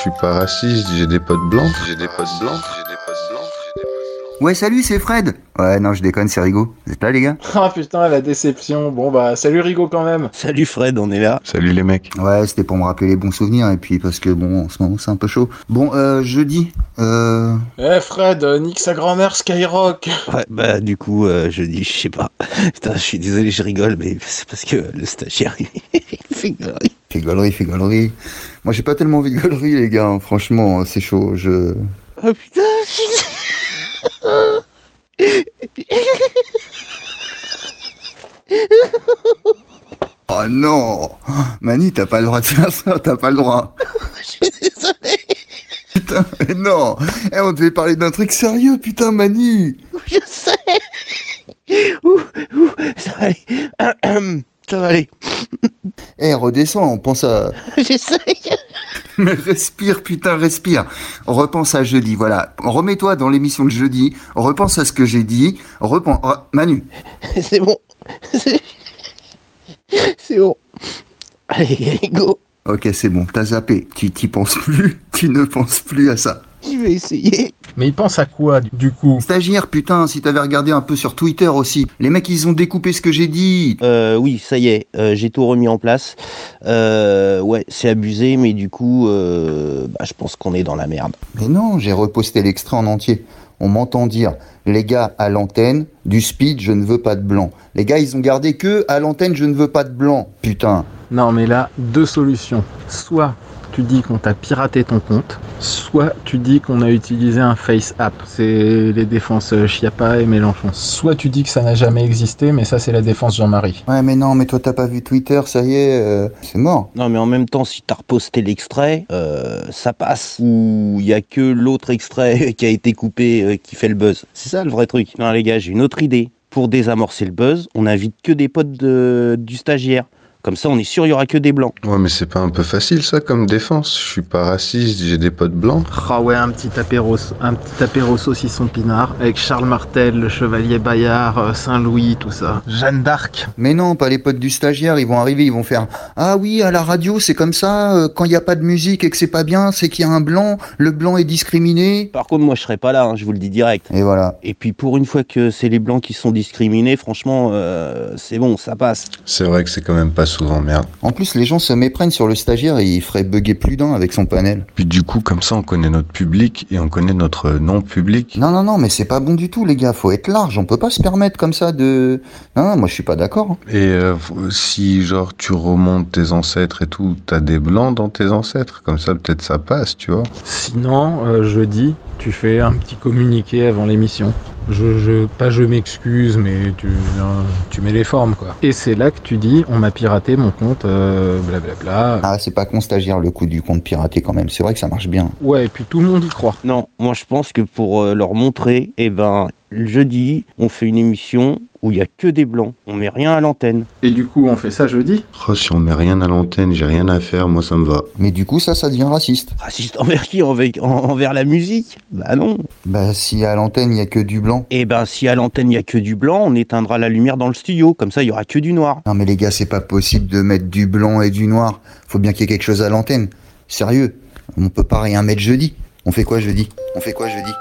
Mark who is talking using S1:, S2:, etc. S1: suis pas raciste, j'ai des potes blancs. J'ai des potes blancs.
S2: Ouais, salut, c'est Fred Ouais, non, je déconne, c'est Rigo. Vous êtes là, les gars
S3: Ah putain, la déception. Bon bah, salut Rigo quand même.
S4: Salut Fred, on est là.
S1: Salut les mecs.
S2: Ouais, c'était pour me rappeler les bons souvenirs, et puis parce que, bon, en ce moment, c'est un peu chaud. Bon, euh, jeudi, euh...
S3: Eh Fred, euh, nique sa grand-mère Skyrock.
S4: Ouais, bah du coup, euh, je dis, je sais pas. Putain, je suis désolé, je rigole, mais c'est parce que le stagiaire, il fait galerie.
S2: Fais gaulerie, fais gaulerie. Moi, j'ai pas tellement envie de gaulerie, les gars, hein, franchement, c'est chaud, je...
S4: Oh putain, je-
S2: Oh non Mani, t'as pas le droit de faire ça, t'as pas le droit.
S4: je suis désolé,
S2: Putain, mais non Eh, on devait parler d'un truc sérieux, putain, Mani
S4: je sais. Ouh, ouh, ça va aller. Ahem, Ça va aller.
S2: Eh, redescends, on pense à...
S4: J'essaye.
S2: Mais respire, putain, respire. Repense à jeudi, voilà. Remets-toi dans l'émission de jeudi, repense à ce que j'ai dit, repense... oh, Manu,
S4: C'est bon. C'est- C'est bon. Allez, go.
S2: ok, c'est bon, t'as zappé, tu t'y penses plus, tu ne penses plus à ça.
S4: Je vais essayer.
S3: Mais il pense à quoi du- du coup
S2: Stagiaire, putain, si t'avais regardé un peu sur Twitter aussi, les mecs, ils ont découpé ce que j'ai dit.
S4: Euh, oui, ça y est, euh, j'ai tout remis en place. Euh, ouais, c'est abusé, mais du coup, euh, bah, je pense qu'on est dans la merde.
S2: Mais non, j'ai reposté l'extrait en entier. On m'entend dire, les gars, à l'antenne, du speed, je ne veux pas de blanc. Les gars, ils ont gardé que, à l'antenne, je ne veux pas de blanc. Putain.
S3: Non, mais là, deux solutions. Soit tu dis qu'on t'a piraté ton compte, soit tu dis qu'on a utilisé un face app. C'est les défenses euh, Chiappa et Mélenchon. Soit tu dis que ça n'a jamais existé, mais ça, c'est la défense Jean-Marie.
S2: Ouais, mais non, mais toi, t'as pas vu Twitter, ça y est, euh, c'est mort.
S4: Non, mais en même temps, si t'as reposté l'extrait, euh, ça passe. Ou il y a que l'autre extrait qui a été coupé euh, qui fait le buzz. C'est ça le vrai truc. Non, les gars, j'ai une autre idée. Pour désamorcer le buzz, on invite que des potes de- du stagiaire. Comme ça, on est sûr, il y aura que des blancs.
S1: Ouais, mais c'est pas un peu facile ça comme défense. Je suis pas raciste, j'ai des potes blancs.
S3: Ah ouais, un petit apéro, un petit apéro saucisson pinard avec Charles Martel, le chevalier Bayard, euh, Saint-Louis, tout ça. Jeanne d'Arc.
S2: Mais non, pas les potes du stagiaire, ils vont arriver, ils vont faire Ah oui, à la radio, c'est comme ça, euh, quand il n'y a pas de musique et que c'est pas bien, c'est qu'il y a un blanc, le blanc est discriminé.
S4: Par contre, moi, je serais pas là, hein, je vous le dis direct.
S2: Et voilà.
S4: Et puis, pour une fois que c'est les blancs qui sont discriminés, franchement, euh, c'est bon, ça passe.
S1: C'est vrai que c'est quand même pas souvent merde.
S2: En plus, les gens se méprennent sur le stagiaire et il ferait bugger plus d'un avec son panel.
S1: Puis du coup, comme ça, on connaît notre public et on connaît notre non-public.
S2: Non, non, non, mais c'est pas bon du tout, les gars, faut être large, on peut pas se permettre comme ça de. Non, non, moi je suis pas d'accord. hein.
S1: Et euh, f- si, genre, tu remontes tes ancêtres et tout, t'as des blancs dans tes ancêtres. Comme ça, peut-être ça passe, tu vois.
S3: Sinon, euh, jeudi, tu fais un petit communiqué avant l'émission. Je, je, pas je m'excuse, mais tu, euh, tu mets les formes, quoi. Et c'est là que tu dis, on m'a piraté mon compte, euh, blablabla.
S2: Ah, c'est pas con stagiaire le coup du compte piraté quand même, c'est vrai que ça marche bien.
S3: Ouais, et puis tout le monde y croit.
S4: Non, moi je pense que pour euh, leur montrer, eh ben, le jeudi, on fait une émission où il y a que des blancs. On met rien à l'antenne.
S3: Et du coup, on fait ça jeudi
S1: Oh, si on met rien à l'antenne, j'ai rien à faire, moi ça me va.
S2: Mais du coup, ça, ça devient raciste.
S4: Raciste envers qui envers, en- envers la musique Bah non.
S2: Bah, si à l'antenne il y a que du blanc.
S4: Eh ben, si à l'antenne il y a que du blanc, on éteindra la lumière dans le studio. Comme ça, il y aura que du noir.
S2: Non mais les gars, c'est pas possible de mettre du blanc et du noir. Faut bien qu'il y ait quelque chose à l'antenne. Sérieux, on peut pas rien mettre jeudi. On fait quoi jeudi On fait quoi jeudi